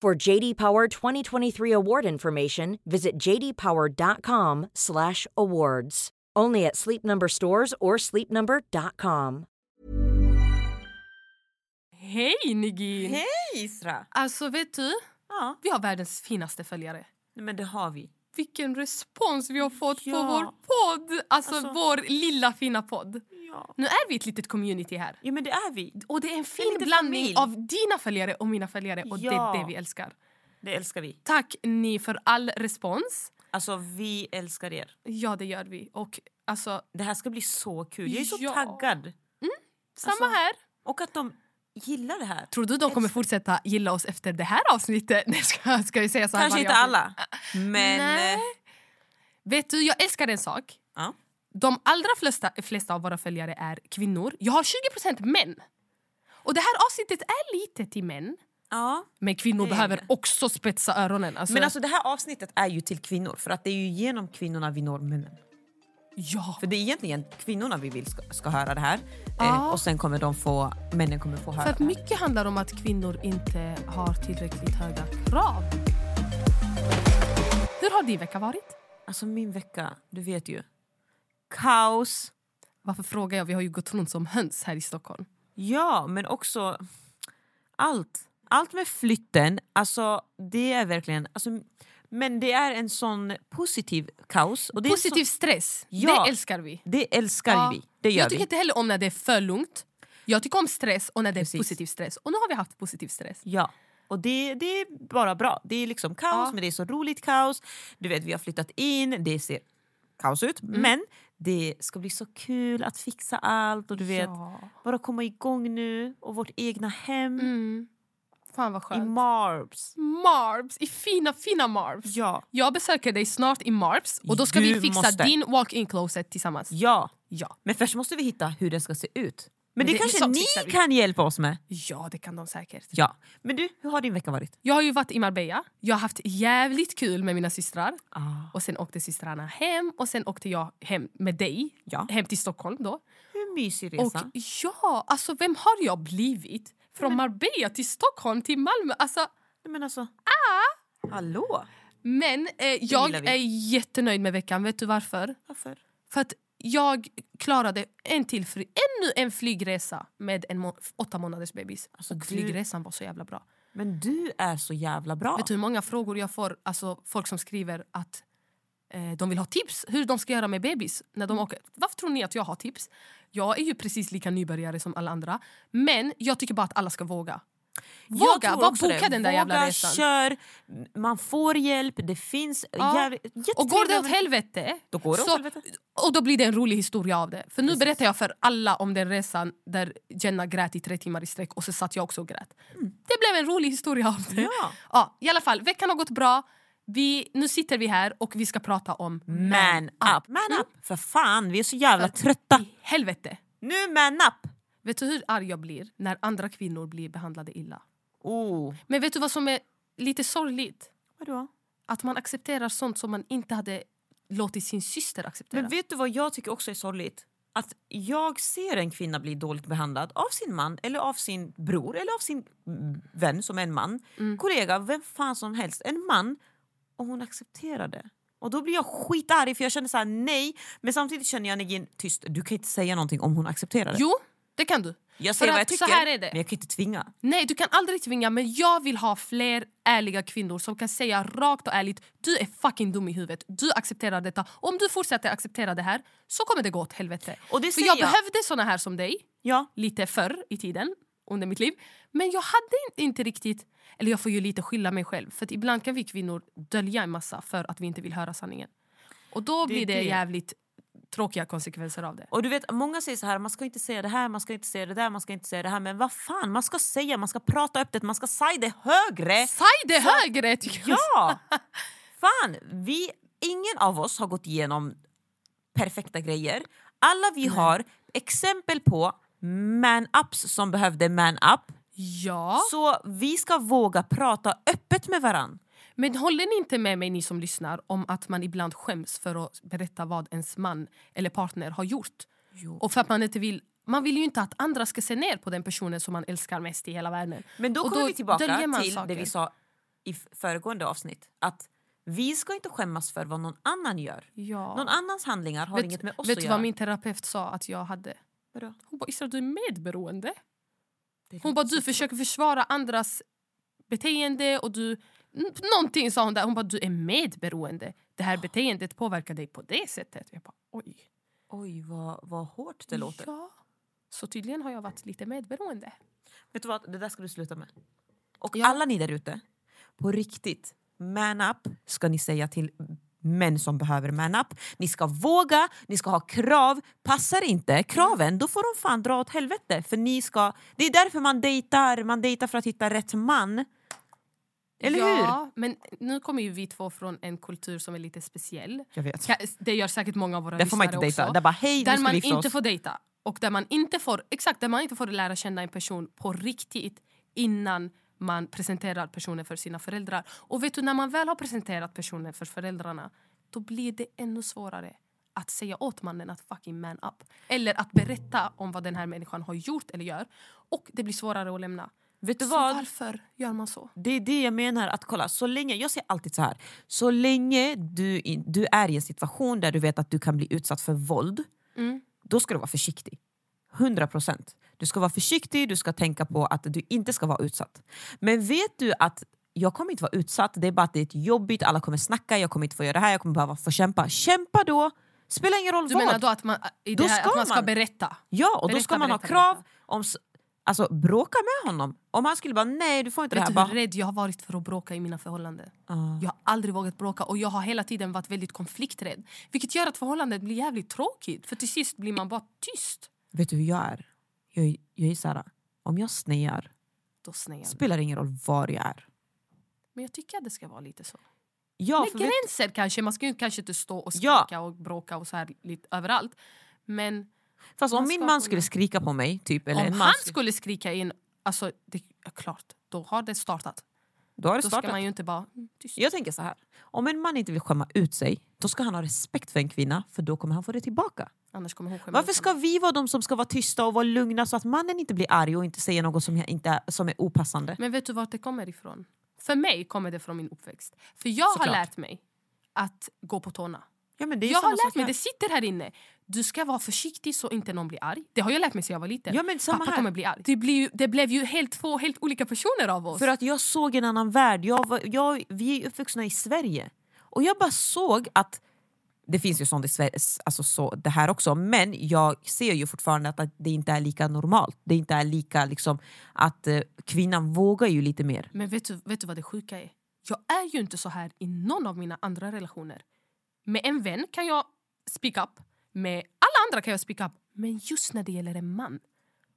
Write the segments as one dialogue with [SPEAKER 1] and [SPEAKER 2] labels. [SPEAKER 1] For JD Power 2023 award information, visit jdpower.com/awards. Only at Sleep Number stores or sleepnumber.com.
[SPEAKER 2] Hej Nigin!
[SPEAKER 3] Hej Isra!
[SPEAKER 2] Alltså vet du?
[SPEAKER 3] Ja,
[SPEAKER 2] Vi har världens finaste följare.
[SPEAKER 3] nej, men det har vi.
[SPEAKER 2] Vilken respons vi har fått på
[SPEAKER 3] Ja.
[SPEAKER 2] vår podd! Alltså,
[SPEAKER 3] Alltså-
[SPEAKER 2] vår lilla fina podd.
[SPEAKER 3] Ja.
[SPEAKER 2] Nu är vi ett litet community här.
[SPEAKER 3] ja, men det är vi.
[SPEAKER 2] Och det är en fin
[SPEAKER 3] liten
[SPEAKER 2] blandning
[SPEAKER 3] familj.
[SPEAKER 2] av dina följare och mina följare och det
[SPEAKER 3] Ja.
[SPEAKER 2] är det vi älskar.
[SPEAKER 3] Det älskar vi.
[SPEAKER 2] Tack ni för all respons.
[SPEAKER 3] Alltså vi älskar er.
[SPEAKER 2] Ja, det gör vi. Och alltså,
[SPEAKER 3] Det här ska bli så kul. Jag är så
[SPEAKER 2] Ja.
[SPEAKER 3] taggad.
[SPEAKER 2] samma
[SPEAKER 3] Alltså-
[SPEAKER 2] här.
[SPEAKER 3] Och att de gillar det här.
[SPEAKER 2] Tror du de kommer fortsätta gilla oss efter det här avsnittet? Nej, ska, ska vi säga så här
[SPEAKER 3] Kanske
[SPEAKER 2] varje
[SPEAKER 3] inte
[SPEAKER 2] avsnitt?
[SPEAKER 3] alla. Men...
[SPEAKER 2] Nej.
[SPEAKER 3] eh,
[SPEAKER 2] Vet du, jag älskar en sak.
[SPEAKER 3] Ja.
[SPEAKER 2] De allra flesta, flesta av våra följare är kvinnor. Jag har 20 män. Och det här avsnittet är lite till män.
[SPEAKER 3] Ja.
[SPEAKER 2] Men kvinnor
[SPEAKER 3] Det är
[SPEAKER 2] behöver
[SPEAKER 3] det.
[SPEAKER 2] också spetsa öronen. Alltså,
[SPEAKER 3] Men alltså det här avsnittet är ju till kvinnor för att det är ju genom kvinnorna vi når männen.
[SPEAKER 2] ja.
[SPEAKER 3] För det är egentligen kvinnorna vi vill ska, ska höra det här.
[SPEAKER 2] Ja.
[SPEAKER 3] Eh, och sen kommer de få, männen kommer få höra
[SPEAKER 2] För att
[SPEAKER 3] det här.
[SPEAKER 2] mycket handlar om att kvinnor inte har tillräckligt höga krav. Hur har din vecka varit?
[SPEAKER 3] Alltså min vecka, du vet ju. Kaos.
[SPEAKER 2] Varför frågar jag? Vi har ju gått runt som höns här i Stockholm.
[SPEAKER 3] Ja, men också allt. Allt med flytten, alltså det är verkligen... Alltså, men det är en sån positiv kaos. Och det är en
[SPEAKER 2] Positiv stress,
[SPEAKER 3] Ja.
[SPEAKER 2] det älskar vi.
[SPEAKER 3] Sån, det älskar
[SPEAKER 2] Ja.
[SPEAKER 3] vi. Det gör
[SPEAKER 2] jag tycker
[SPEAKER 3] vi.
[SPEAKER 2] inte heller om när det är för lugnt. Jag tycker om stress och när det
[SPEAKER 3] Precis.
[SPEAKER 2] är positiv stress. Och nu har vi haft positiv stress.
[SPEAKER 3] Ja. Och det, det är bara bra. Det är liksom kaos,
[SPEAKER 2] Ja.
[SPEAKER 3] men det är så roligt kaos. Du vet, vi har flyttat in, det ser kaos ut.
[SPEAKER 2] Mm.
[SPEAKER 3] Men det ska bli så kul att fixa allt och du vet,
[SPEAKER 2] Ja.
[SPEAKER 3] bara komma igång nu. Och vårt egna hem
[SPEAKER 2] Mm. Fan vad
[SPEAKER 3] i
[SPEAKER 2] skönt.
[SPEAKER 3] Marbs.
[SPEAKER 2] Marbs, i fina fina Marbs.
[SPEAKER 3] Ja.
[SPEAKER 2] Jag besöker dig snart i Marbs och då ska
[SPEAKER 3] Du
[SPEAKER 2] vi fixa
[SPEAKER 3] måste.
[SPEAKER 2] din walk-in closet tillsammans.
[SPEAKER 3] Ja.
[SPEAKER 2] Ja.
[SPEAKER 3] Men först måste vi hitta hur den ska se ut. Men,
[SPEAKER 2] Men
[SPEAKER 3] det,
[SPEAKER 2] det-
[SPEAKER 3] kanske
[SPEAKER 2] sånt
[SPEAKER 3] ni
[SPEAKER 2] fixar vi.
[SPEAKER 3] kan hjälpa oss med?
[SPEAKER 2] ja, det kan de säkert.
[SPEAKER 3] Ja. Men du, hur har din vecka varit?
[SPEAKER 2] Jag har ju varit i Marbella. Jag har haft jävligt kul med mina systrar.
[SPEAKER 3] Ah.
[SPEAKER 2] Och sen åkte systrarna hem och sen åkte jag hem med dig.
[SPEAKER 3] Ja.
[SPEAKER 2] Hem till Stockholm då.
[SPEAKER 3] Hur mysig
[SPEAKER 2] Och
[SPEAKER 3] resa.
[SPEAKER 2] ja, alltså vem har jag blivit? Från Marbella till Stockholm till Malmö. Alltså,
[SPEAKER 3] Nej, men alltså... Ah! Hallå?
[SPEAKER 2] men eh, jag
[SPEAKER 3] gillar vi.
[SPEAKER 2] är jättenöjd med veckan. Vet du varför?
[SPEAKER 3] Varför?
[SPEAKER 2] För att jag klarade en till fly- ännu en flygresa med en må- åtta månaders bebis.
[SPEAKER 3] Alltså,
[SPEAKER 2] och
[SPEAKER 3] du-
[SPEAKER 2] flygresan var så jävla bra.
[SPEAKER 3] Men du är så jävla bra.
[SPEAKER 2] Vet du hur många frågor jag får? Alltså folk som skriver att eh, de vill ha tips hur de ska göra med bebis när
[SPEAKER 3] Mm.
[SPEAKER 2] de åker. Varför tror ni att jag har tips? Jag är ju precis lika nybörjare som alla andra. Men jag tycker bara att alla ska våga.
[SPEAKER 3] Jag
[SPEAKER 2] Våga!
[SPEAKER 3] tror
[SPEAKER 2] Bara
[SPEAKER 3] också
[SPEAKER 2] boka
[SPEAKER 3] det.
[SPEAKER 2] den där jävla
[SPEAKER 3] Våga,
[SPEAKER 2] resan.
[SPEAKER 3] kör. Man får hjälp, det finns...
[SPEAKER 2] Ja.
[SPEAKER 3] jävla-
[SPEAKER 2] Och går det
[SPEAKER 3] jättetrevliga-
[SPEAKER 2] åt helvete,
[SPEAKER 3] Då går det åt
[SPEAKER 2] så-
[SPEAKER 3] helvete.
[SPEAKER 2] och då blir det en rolig historia av det. För nu berättar jag för alla om den resan där Jenna grät i tre timmar i sträck och så satt jag också och grät. Det blev en rolig historia av det.
[SPEAKER 3] Mm. Ja.
[SPEAKER 2] Ja, I alla fall, veckan har gått bra. Vi, nu sitter vi här och vi ska prata om Mm.
[SPEAKER 3] Man up! Man up! För fan, vi är så jävla trötta.
[SPEAKER 2] helvete.
[SPEAKER 3] Nu man up!
[SPEAKER 2] Vet du hur arg jag blir när andra kvinnor blir behandlade illa?
[SPEAKER 3] Oh.
[SPEAKER 2] Men vet du vad som är lite sorgligt
[SPEAKER 3] Vadå?
[SPEAKER 2] att man accepterar sånt som man inte hade låtit sin syster acceptera.
[SPEAKER 3] Men vet du vad jag tycker också är sorgligt? Att jag ser en kvinna bli dåligt behandlad av sin man eller av sin bror eller av sin mm, vän som är en man,
[SPEAKER 2] Mm.
[SPEAKER 3] kollega, vem fan som helst, en man och hon accepterar det. Och då blir jag skitarg för jag känner så här nej, men samtidigt känner jag Negin tyst, du kan inte säga någonting om hon accepterar det.
[SPEAKER 2] Jo, det kan du.
[SPEAKER 3] jag
[SPEAKER 2] för
[SPEAKER 3] säger vad jag
[SPEAKER 2] att
[SPEAKER 3] tycker,
[SPEAKER 2] så här är det.
[SPEAKER 3] men jag kan inte tvinga.
[SPEAKER 2] Nej, du kan aldrig tvinga men jag vill ha fler ärliga kvinnor som kan säga rakt och ärligt du är fucking dum i huvudet, du accepterar detta. Om du fortsätter acceptera det här så kommer det gå åt helvete.
[SPEAKER 3] Och det
[SPEAKER 2] För
[SPEAKER 3] säger
[SPEAKER 2] jag,
[SPEAKER 3] jag.
[SPEAKER 2] behövde såna här som dig
[SPEAKER 3] Ja,
[SPEAKER 2] lite förr i tiden under mitt liv. Men jag hade in- inte riktigt, eller jag får ju lite skylla mig själv för att ibland kan vi kvinnor dölja en massa för att vi inte vill höra sanningen. Och då blir det
[SPEAKER 3] det.
[SPEAKER 2] jävligt tråkiga konsekvenser av det.
[SPEAKER 3] Och du vet, många säger så här, man ska inte säga det här, man ska inte säga det där, man ska inte säga det här. Men vad fan, man ska säga, man ska prata öppet, man ska säga det högre.
[SPEAKER 2] Säg det högre! tycker jag.
[SPEAKER 3] Ja! Fan, vi, ingen av oss har gått igenom perfekta grejer. Alla vi har exempel på man-ups som behövde man-up.
[SPEAKER 2] Ja.
[SPEAKER 3] Så vi ska våga prata öppet med varann.
[SPEAKER 2] Men håller ni inte med mig, ni som lyssnar, om att man ibland skäms för att berätta vad ens man eller partner har gjort? Och för att man inte vill... Man vill ju inte att andra ska se ner på den personen som man älskar mest i hela världen.
[SPEAKER 3] Men då
[SPEAKER 2] Och
[SPEAKER 3] kommer vi
[SPEAKER 2] döljer
[SPEAKER 3] tillbaka
[SPEAKER 2] man
[SPEAKER 3] till det
[SPEAKER 2] saker.
[SPEAKER 3] vi sa i f- föregående avsnitt. Att vi ska inte skämmas för vad någon annan gör.
[SPEAKER 2] Ja.
[SPEAKER 3] Någon annans handlingar har
[SPEAKER 2] vet,
[SPEAKER 3] inget med oss
[SPEAKER 2] Vet
[SPEAKER 3] att
[SPEAKER 2] du
[SPEAKER 3] göra.
[SPEAKER 2] vad min terapeut sa att jag hade?
[SPEAKER 3] Vadå?
[SPEAKER 2] Hon bara, Isra du är medberoende.
[SPEAKER 3] Det låter
[SPEAKER 2] Hon bara,
[SPEAKER 3] så-
[SPEAKER 2] du försöker försvara andras beteende och du... N- Någonting sa hon där. Hon bara, du är medberoende. Det här beteendet påverkar dig på det sättet. Jag bara, oj.
[SPEAKER 3] Oj, vad, vad hårt det låter.
[SPEAKER 2] Ja. Så tydligen har jag varit lite medberoende.
[SPEAKER 3] Vet du vad, det där ska du sluta med. Och
[SPEAKER 2] Ja.
[SPEAKER 3] alla ni där ute, på riktigt, man up ska ni säga till män som behöver man up. Ni ska våga, ni ska ha krav. Passar inte kraven, då får de fan dra åt helvete. För ni ska, det är därför man dejtar, man dejtar för att hitta rätt man. Eller hur?
[SPEAKER 2] ja, men nu kommer ju vi två från en kultur som är lite speciell.
[SPEAKER 3] Jag vet.
[SPEAKER 2] Ka- Det gör säkert många av våra
[SPEAKER 3] Där får man
[SPEAKER 2] lyssnare
[SPEAKER 3] inte dejta.
[SPEAKER 2] också.
[SPEAKER 3] Där bara, "Hej, nu
[SPEAKER 2] där
[SPEAKER 3] ska
[SPEAKER 2] man
[SPEAKER 3] vi gifta
[SPEAKER 2] inte
[SPEAKER 3] oss."
[SPEAKER 2] får dejta. Och där man inte får, exakt, där man inte får lära känna en person på riktigt innan man presenterar personen för sina föräldrar. Och vet du, när man väl har presenterat personen för föräldrarna då blir det ännu svårare att säga åt mannen att fucking man up. Eller att berätta om vad den här människan har gjort eller gör. Och det blir svårare att lämna.
[SPEAKER 3] Vet du
[SPEAKER 2] Så
[SPEAKER 3] vad?
[SPEAKER 2] varför gör man så?
[SPEAKER 3] Det är det jag menar. att kolla, så länge, Jag säger alltid så här. Så länge du, i- du är i en situation där du vet att du kan bli utsatt för våld,
[SPEAKER 2] Mm.
[SPEAKER 3] då ska du vara försiktig. 100 procent. Du ska vara försiktig, du ska tänka på att du inte ska vara utsatt. Men vet du att jag kommer inte vara utsatt, det är bara att det är ett jobbigt, alla kommer snacka, jag kommer inte få göra det här, jag kommer behöva få kämpa. Kämpa då! Spelar ingen roll
[SPEAKER 2] Du
[SPEAKER 3] vad.
[SPEAKER 2] menar då att man, i
[SPEAKER 3] Då
[SPEAKER 2] det här,
[SPEAKER 3] ska
[SPEAKER 2] att man ska
[SPEAKER 3] man.
[SPEAKER 2] berätta?
[SPEAKER 3] Ja, och då
[SPEAKER 2] Berätta,
[SPEAKER 3] ska man
[SPEAKER 2] berätta,
[SPEAKER 3] ha krav.
[SPEAKER 2] berätta.
[SPEAKER 3] Om, s- alltså, bråka med honom. Om han skulle bara nej, du får inte
[SPEAKER 2] Vet
[SPEAKER 3] det
[SPEAKER 2] du
[SPEAKER 3] här.
[SPEAKER 2] hur
[SPEAKER 3] Bara, "Ah."
[SPEAKER 2] rädd jag har varit för att bråka i mina förhållanden? Jag har aldrig vågat bråka och jag har hela tiden varit väldigt konflikträdd. Vilket gör att förhållandet blir jävligt tråkigt för till sist blir man bara tyst.
[SPEAKER 3] Vet du hur jag är? Jag, är- jag är såhär, om jag snear
[SPEAKER 2] Då snear du.
[SPEAKER 3] spelar det ingen roll var jag är.
[SPEAKER 2] Men jag tycker att det ska vara lite så.
[SPEAKER 3] Ja, för
[SPEAKER 2] Med
[SPEAKER 3] vet,
[SPEAKER 2] gränser kanske, man ska ju kanske inte stå och
[SPEAKER 3] Ja.
[SPEAKER 2] skrika och bråka och så här lite överallt. Men
[SPEAKER 3] fast om
[SPEAKER 2] man
[SPEAKER 3] min
[SPEAKER 2] ska
[SPEAKER 3] man
[SPEAKER 2] kunna-
[SPEAKER 3] skulle skrika på mig, typ, eller en
[SPEAKER 2] om
[SPEAKER 3] man,
[SPEAKER 2] han
[SPEAKER 3] skulle-
[SPEAKER 2] skulle skrika in, alltså det, ja, klart, då har det startat.
[SPEAKER 3] då har det
[SPEAKER 2] Då ska
[SPEAKER 3] startat.
[SPEAKER 2] man ju inte bara mm, tyst.
[SPEAKER 3] Jag tänker så här. om en man inte vill skämma ut sig, då ska han ha respekt för en kvinna, för då kommer han få det tillbaka.
[SPEAKER 2] Annars kommer hon skämma
[SPEAKER 3] Varför
[SPEAKER 2] ut
[SPEAKER 3] ska
[SPEAKER 2] honom.
[SPEAKER 3] vi vara de som ska vara tysta och vara lugna så att mannen inte blir arg och inte säger något som, jag inte är, som är opassande?
[SPEAKER 2] Men vet du vart det kommer ifrån? För mig kommer det från min uppväxt. För jag
[SPEAKER 3] Såklart.
[SPEAKER 2] har lärt mig att gå på tårna.
[SPEAKER 3] Ja, men det är ju
[SPEAKER 2] Jag
[SPEAKER 3] samma
[SPEAKER 2] har lärt
[SPEAKER 3] sak
[SPEAKER 2] mig,
[SPEAKER 3] här.
[SPEAKER 2] det sitter här inne. Du ska vara försiktig så inte någon blir arg. Det har jag lärt mig sedan jag var liten.
[SPEAKER 3] Ja, men samma
[SPEAKER 2] Pappa
[SPEAKER 3] här.
[SPEAKER 2] kommer bli arg. Det, blir, ju- det blev ju helt två helt olika personer av oss.
[SPEAKER 3] För att jag såg en annan värld. Jag var, jag, vi är ju uppvuxna i Sverige. Och jag bara såg att det finns ju sånt i Sverige, alltså så, det här också, men jag ser ju fortfarande att, att det inte är lika normalt. Det inte är lika liksom att eh, kvinnan vågar ju lite mer.
[SPEAKER 2] Men vet du, vet du vad det sjuka är? Jag är ju inte så här i någon av mina andra relationer. Med en vän kan jag speak up, med alla andra kan jag speak up. Men just när det gäller en man.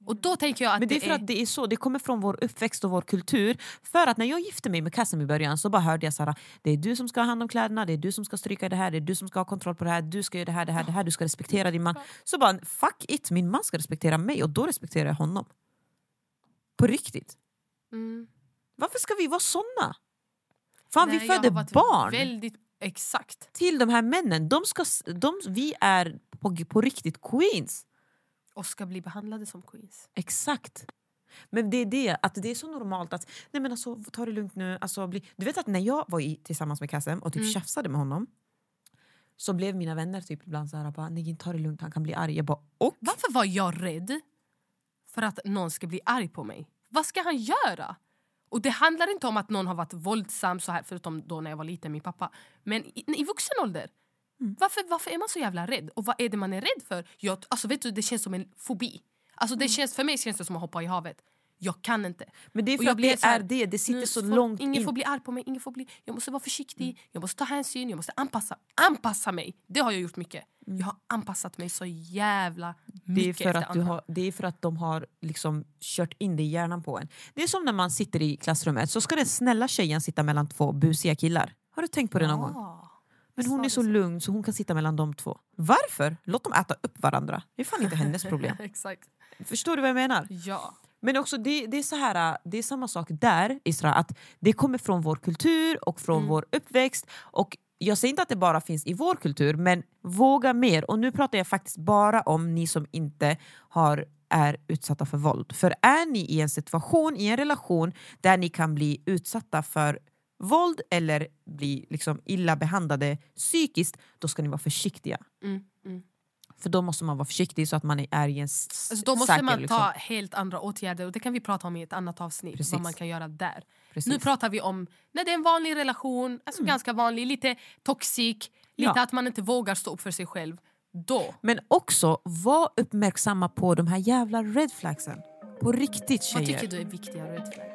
[SPEAKER 2] Och då tänker jag att
[SPEAKER 3] Men det är för att det är så, det kommer från vår uppväxt och vår kultur. För att när jag gifte mig med Kasim i början så bara hörde jag såhär, det är du som ska ha hand om kläderna, det är du som ska stryka det här, det är du som ska ha kontroll på det här, du ska göra det här, det här, det här, du ska respektera din man. Så bara, fuck it, min man ska respektera mig och då respekterar jag honom. På riktigt.
[SPEAKER 2] Mm.
[SPEAKER 3] Varför ska vi vara såna? Fan vi
[SPEAKER 2] Nej, jag har
[SPEAKER 3] föder
[SPEAKER 2] varit
[SPEAKER 3] barn
[SPEAKER 2] Väldigt, exakt.
[SPEAKER 3] till de här männen. De ska, s- de, vi är på, på riktigt queens.
[SPEAKER 2] Och ska bli behandlade som queens.
[SPEAKER 3] Exakt. Men det är det, att det är så normalt att nej men alltså, ta det lugnt nu. Alltså, bli, du vet att när jag var i, tillsammans med Kassem och typ
[SPEAKER 2] Mm.
[SPEAKER 3] tjafsade med honom så blev mina vänner typ ibland så här, bara, nej ta det lugnt han kan bli arg. Jag bara och?
[SPEAKER 2] Varför var jag rädd för att någon ska bli arg på mig? Vad ska han göra? Och det handlar inte om att någon har varit våldsam så här förutom då när jag var liten, min pappa. Men i, i vuxen ålder.
[SPEAKER 3] Mm.
[SPEAKER 2] Varför, varför är man så jävla rädd? Och vad är det man är rädd för? Jag, alltså vet du, det känns som en fobi. Alltså det känns, för mig känns det som att hoppa i havet. Jag kan inte.
[SPEAKER 3] Mm. Men det är
[SPEAKER 2] Och
[SPEAKER 3] för
[SPEAKER 2] jag
[SPEAKER 3] att
[SPEAKER 2] blir
[SPEAKER 3] det
[SPEAKER 2] så här,
[SPEAKER 3] är det, det sitter
[SPEAKER 2] nu
[SPEAKER 3] så
[SPEAKER 2] får-
[SPEAKER 3] långt
[SPEAKER 2] Ingen
[SPEAKER 3] in.
[SPEAKER 2] får bli arg på mig, ingen får bli, jag måste vara försiktig,
[SPEAKER 3] Mm.
[SPEAKER 2] jag måste ta hänsyn, jag måste anpassa, anpassa mig. Det har jag gjort mycket. Jag har anpassat mig så jävla
[SPEAKER 3] Mm. Det är,
[SPEAKER 2] mycket
[SPEAKER 3] för
[SPEAKER 2] efter
[SPEAKER 3] att du
[SPEAKER 2] andra.
[SPEAKER 3] har, det är för att de har liksom kört in det i hjärnan på en. Det är som när man sitter i klassrummet så ska den snälla tjejen sitta mellan två busiga killar. Har du tänkt på det någon gång?
[SPEAKER 2] Ah.
[SPEAKER 3] Men hon är så lugn så hon kan sitta mellan de två. Varför? Låt dem äta upp varandra. Det är fan inte hennes problem.
[SPEAKER 2] Exakt.
[SPEAKER 3] Förstår du vad jag menar?
[SPEAKER 2] Ja.
[SPEAKER 3] Men också det, det, är så här, äh, det är samma sak där, Isra, att det kommer från vår kultur och
[SPEAKER 2] Mm.
[SPEAKER 3] från vår uppväxt. Och jag säger inte att det bara finns i vår kultur, men våga mer. Och nu pratar jag faktiskt bara om ni som inte har, är utsatta för våld. För är ni i en situation, i en relation, där ni kan bli utsatta för våld eller bli liksom illa behandlade psykiskt, då ska ni vara försiktiga.
[SPEAKER 2] Mm, mm.
[SPEAKER 3] För då måste man vara försiktig så att man är i en s-
[SPEAKER 2] Alltså, då måste
[SPEAKER 3] säker...
[SPEAKER 2] man
[SPEAKER 3] liksom.
[SPEAKER 2] ta helt andra åtgärder och det kan vi prata om i ett annat avsnitt.
[SPEAKER 3] Precis.
[SPEAKER 2] Vad man kan göra där.
[SPEAKER 3] Precis. Mm.
[SPEAKER 2] Nu pratar vi om när det är en vanlig relation, alltså ganska vanlig, lite toxic, lite
[SPEAKER 3] Ja.
[SPEAKER 2] att man inte vågar stå upp för sig själv. Då.
[SPEAKER 3] Men också var uppmärksamma på de här jävla red flagsen. På riktigt tjejer.
[SPEAKER 2] Vad tycker du är viktiga red flags?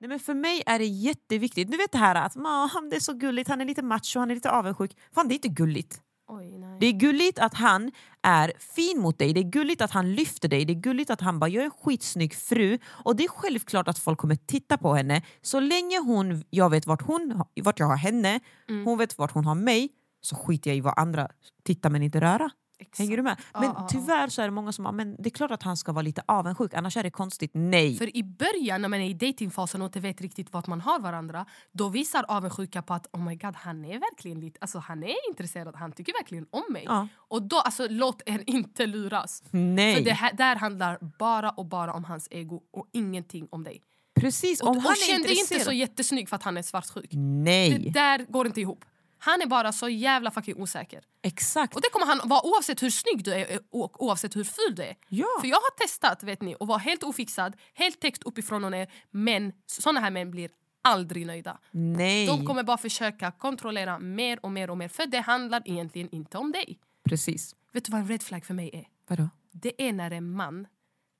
[SPEAKER 3] Nej, men för mig är det jätteviktigt. Du vet det här att "Ma, han det är så gulligt, han är lite macho, han är lite avundsjuk. Fan det är inte gulligt.
[SPEAKER 2] Oj, nej.
[SPEAKER 3] Det är gulligt att han är fin mot dig, det är gulligt att han lyfter dig, det är gulligt att han bara “jag är en skitsnygg fru” och det är självklart att folk kommer titta på henne. Så länge hon, jag vet vart, hon, vart jag har henne,
[SPEAKER 2] Mm.
[SPEAKER 3] hon vet vart hon har mig, så skiter jag i vad andra tittar men inte röra. Hänger du med? Men
[SPEAKER 2] ja, ja.
[SPEAKER 3] tyvärr så är det många som bara, men det är klart att han ska vara lite avundsjuk annars är det konstigt. Nej!
[SPEAKER 2] För i början när man är i datingfasen och inte vet riktigt vart man har varandra då visar avundsjuka på att oh my god han är verkligen lite, alltså han är intresserad, han tycker verkligen om mig.
[SPEAKER 3] Ja. Mm.
[SPEAKER 2] Och då, alltså låt er inte luras.
[SPEAKER 3] Nej!
[SPEAKER 2] För det här, där handlar bara och bara om hans ego och ingenting om dig.
[SPEAKER 3] Precis, om
[SPEAKER 2] och
[SPEAKER 3] han är
[SPEAKER 2] känn dig inte
[SPEAKER 3] intresserad...
[SPEAKER 2] så jättesnygg för att han är svartsjuk. Det
[SPEAKER 3] Nej!
[SPEAKER 2] där går inte ihop. Han är bara så jävla fucking osäker.
[SPEAKER 3] Exakt!
[SPEAKER 2] Och det kommer han vara oavsett hur snygg du är och oavsett hur ful du är.
[SPEAKER 3] Ja.
[SPEAKER 2] För jag har testat vet ni att vara helt ofixad, helt täckt uppifrån och ner. Men såna här män blir aldrig nöjda.
[SPEAKER 3] Nej!
[SPEAKER 2] De kommer bara försöka kontrollera mer och mer och mer för det handlar egentligen inte om dig.
[SPEAKER 3] Precis.
[SPEAKER 2] Vet du vad en red flag för mig är?
[SPEAKER 3] Vadå?
[SPEAKER 2] det är när en man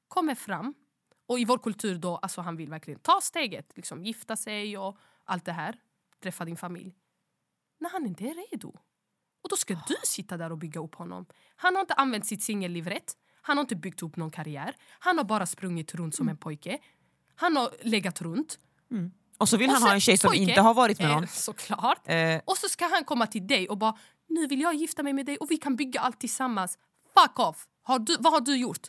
[SPEAKER 2] kommer fram och i vår kultur då, alltså han vill verkligen ta steget, liksom gifta sig och allt det här, träffa din familj. När han inte är redo. Och då ska du sitta där och bygga upp honom. Han har inte använt sitt singelliv rätt. Han har inte byggt upp någon karriär. Han har bara sprungit runt som en pojke. Han har legat runt.
[SPEAKER 3] Och så vill
[SPEAKER 2] Och
[SPEAKER 3] han
[SPEAKER 2] sen-
[SPEAKER 3] ha en tjej som
[SPEAKER 2] pojke,
[SPEAKER 3] inte har varit med
[SPEAKER 2] eh,
[SPEAKER 3] någon.
[SPEAKER 2] Såklart.
[SPEAKER 3] Eh,
[SPEAKER 2] Och så ska han komma till dig och bara nu vill jag gifta mig med dig och vi kan bygga allt tillsammans. Fuck off! Har du, vad har du gjort?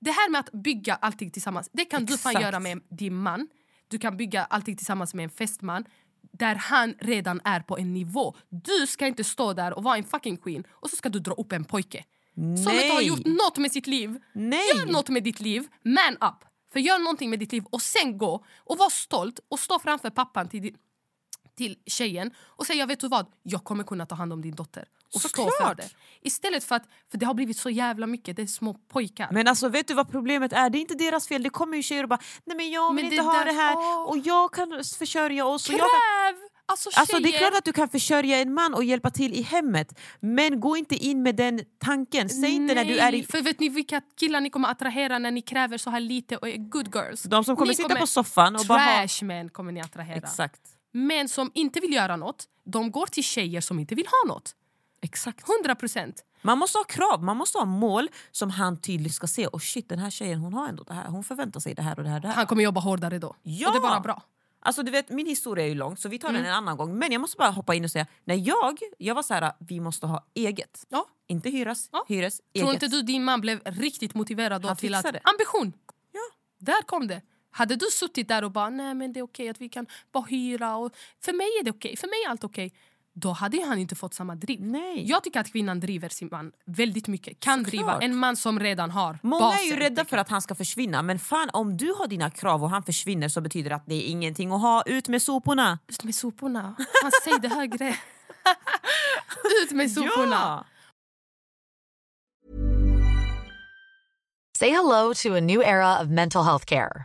[SPEAKER 2] Det här med att bygga allting tillsammans, det kan du fan
[SPEAKER 3] Exakt.
[SPEAKER 2] göra med din man. Du kan bygga allting tillsammans med en fästman där han redan är på en nivå. Du ska inte stå där och vara en fucking queen och så ska du dra upp en pojke. Som inte har
[SPEAKER 3] Nej.
[SPEAKER 2] gjort något med sitt liv.
[SPEAKER 3] Nej.
[SPEAKER 2] Gör något med ditt liv, man up. För gör någonting med ditt liv och sen gå och var stolt och stå framför pappan till din, till tjejen och säga vet du vad, jag kommer kunna ta hand om din dotter. Och stå för
[SPEAKER 3] Såklart.
[SPEAKER 2] det. Istället för att, för det har blivit så jävla mycket, det är små pojkar.
[SPEAKER 3] Men alltså vet du vad problemet är? Det är inte deras fel. Det kommer ju tjejer och bara nej men jag
[SPEAKER 2] Men
[SPEAKER 3] vill inte
[SPEAKER 2] det
[SPEAKER 3] ha
[SPEAKER 2] där-
[SPEAKER 3] det här
[SPEAKER 2] åh.
[SPEAKER 3] och jag kan försörja oss. Och jag kan...
[SPEAKER 2] Kräv! Alltså tjejer!
[SPEAKER 3] Alltså det är klart att du kan försörja en man och hjälpa till i hemmet men gå inte in med den tanken. Säg inte när du är
[SPEAKER 2] Nej,
[SPEAKER 3] i...
[SPEAKER 2] För vet ni vilka killar ni kommer attrahera när ni kräver så här lite och är good girls?
[SPEAKER 3] De som kommer
[SPEAKER 2] ni
[SPEAKER 3] sitta på soffan och bara ha...
[SPEAKER 2] Trash män kommer ni attrahera.
[SPEAKER 3] Exakt.
[SPEAKER 2] Män som inte vill göra något, de går till tjejer som inte vill ha något.
[SPEAKER 3] Exakt.
[SPEAKER 2] 100 procent.
[SPEAKER 3] Man måste ha krav, man måste ha mål som han tydligt ska se. Och shit den här tjejen hon har ändå det här. Hon förväntar sig det här och det här. Och det här.
[SPEAKER 2] Han kommer jobba hårdare då.
[SPEAKER 3] Ja!
[SPEAKER 2] Och det är bara bra. Mm.
[SPEAKER 3] Alltså du vet, min historia är ju lång så vi tar den en annan gång. Men jag måste bara hoppa in och säga, när jag, jag var så här, vi måste ha eget.
[SPEAKER 2] Ja.
[SPEAKER 3] Inte hyras,
[SPEAKER 2] Ja.
[SPEAKER 3] hyres,
[SPEAKER 2] Tror
[SPEAKER 3] eget.
[SPEAKER 2] inte du din man blev riktigt motiverad då
[SPEAKER 3] Han
[SPEAKER 2] till att...
[SPEAKER 3] fixade.
[SPEAKER 2] Ambition!
[SPEAKER 3] Ja.
[SPEAKER 2] Där kom det. Hade du suttit där och bara nej men det är okej att vi kan bara hyra och för mig är det okej, för mig är allt okej. Då hade ju han inte fått samma driv.
[SPEAKER 3] Nej.
[SPEAKER 2] Jag tycker att kvinnan driver sin man väldigt mycket. Kan
[SPEAKER 3] Såklart.
[SPEAKER 2] driva en man som redan har
[SPEAKER 3] Många
[SPEAKER 2] basen.
[SPEAKER 3] är ju rädda för att han ska försvinna men fan om du har dina krav och han försvinner så betyder det att det är ingenting att ha. Ut med soporna!
[SPEAKER 2] Ut med soporna. Han säger det högre. Ut med soporna.
[SPEAKER 3] Ja.
[SPEAKER 4] Say hello to a new era of mental health care.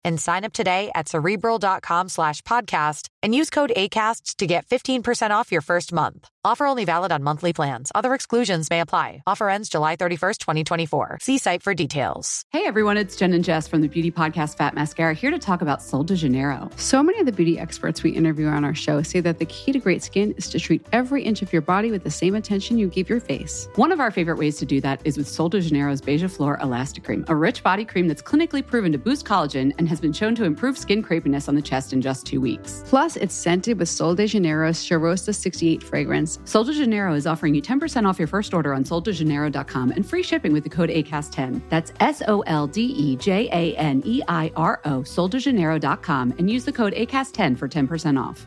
[SPEAKER 4] and sign up today at cerebral.com slash podcast and use code ACAST to get 15% off your first month. Offer only valid on monthly plans. Other exclusions may apply. Offer ends July 31st, 2024. See site for details.
[SPEAKER 5] Hey everyone, it's Jen and Jess from the beauty podcast Fat Mascara here to talk about Sol de Janeiro. So many of the beauty experts we interview on our show say that the key to great skin is to treat every inch of your body with the same attention you give your face. One of our favorite ways to do that is with Sol de Janeiro's Beija Flor Elastic Cream, a rich body cream that's clinically proven to boost collagen and has been shown to improve skin crepiness on the chest in just two weeks. Plus, it's scented with Sol de Janeiro's Charosta 68 fragrance. Sol de Janeiro is offering you 10% off your first order on soldejaneiro.com and free shipping with the code ACAST10. That's S O L D E J A N E I R O, soldejaneiro.com, and use the code ACAST10 for 10% off.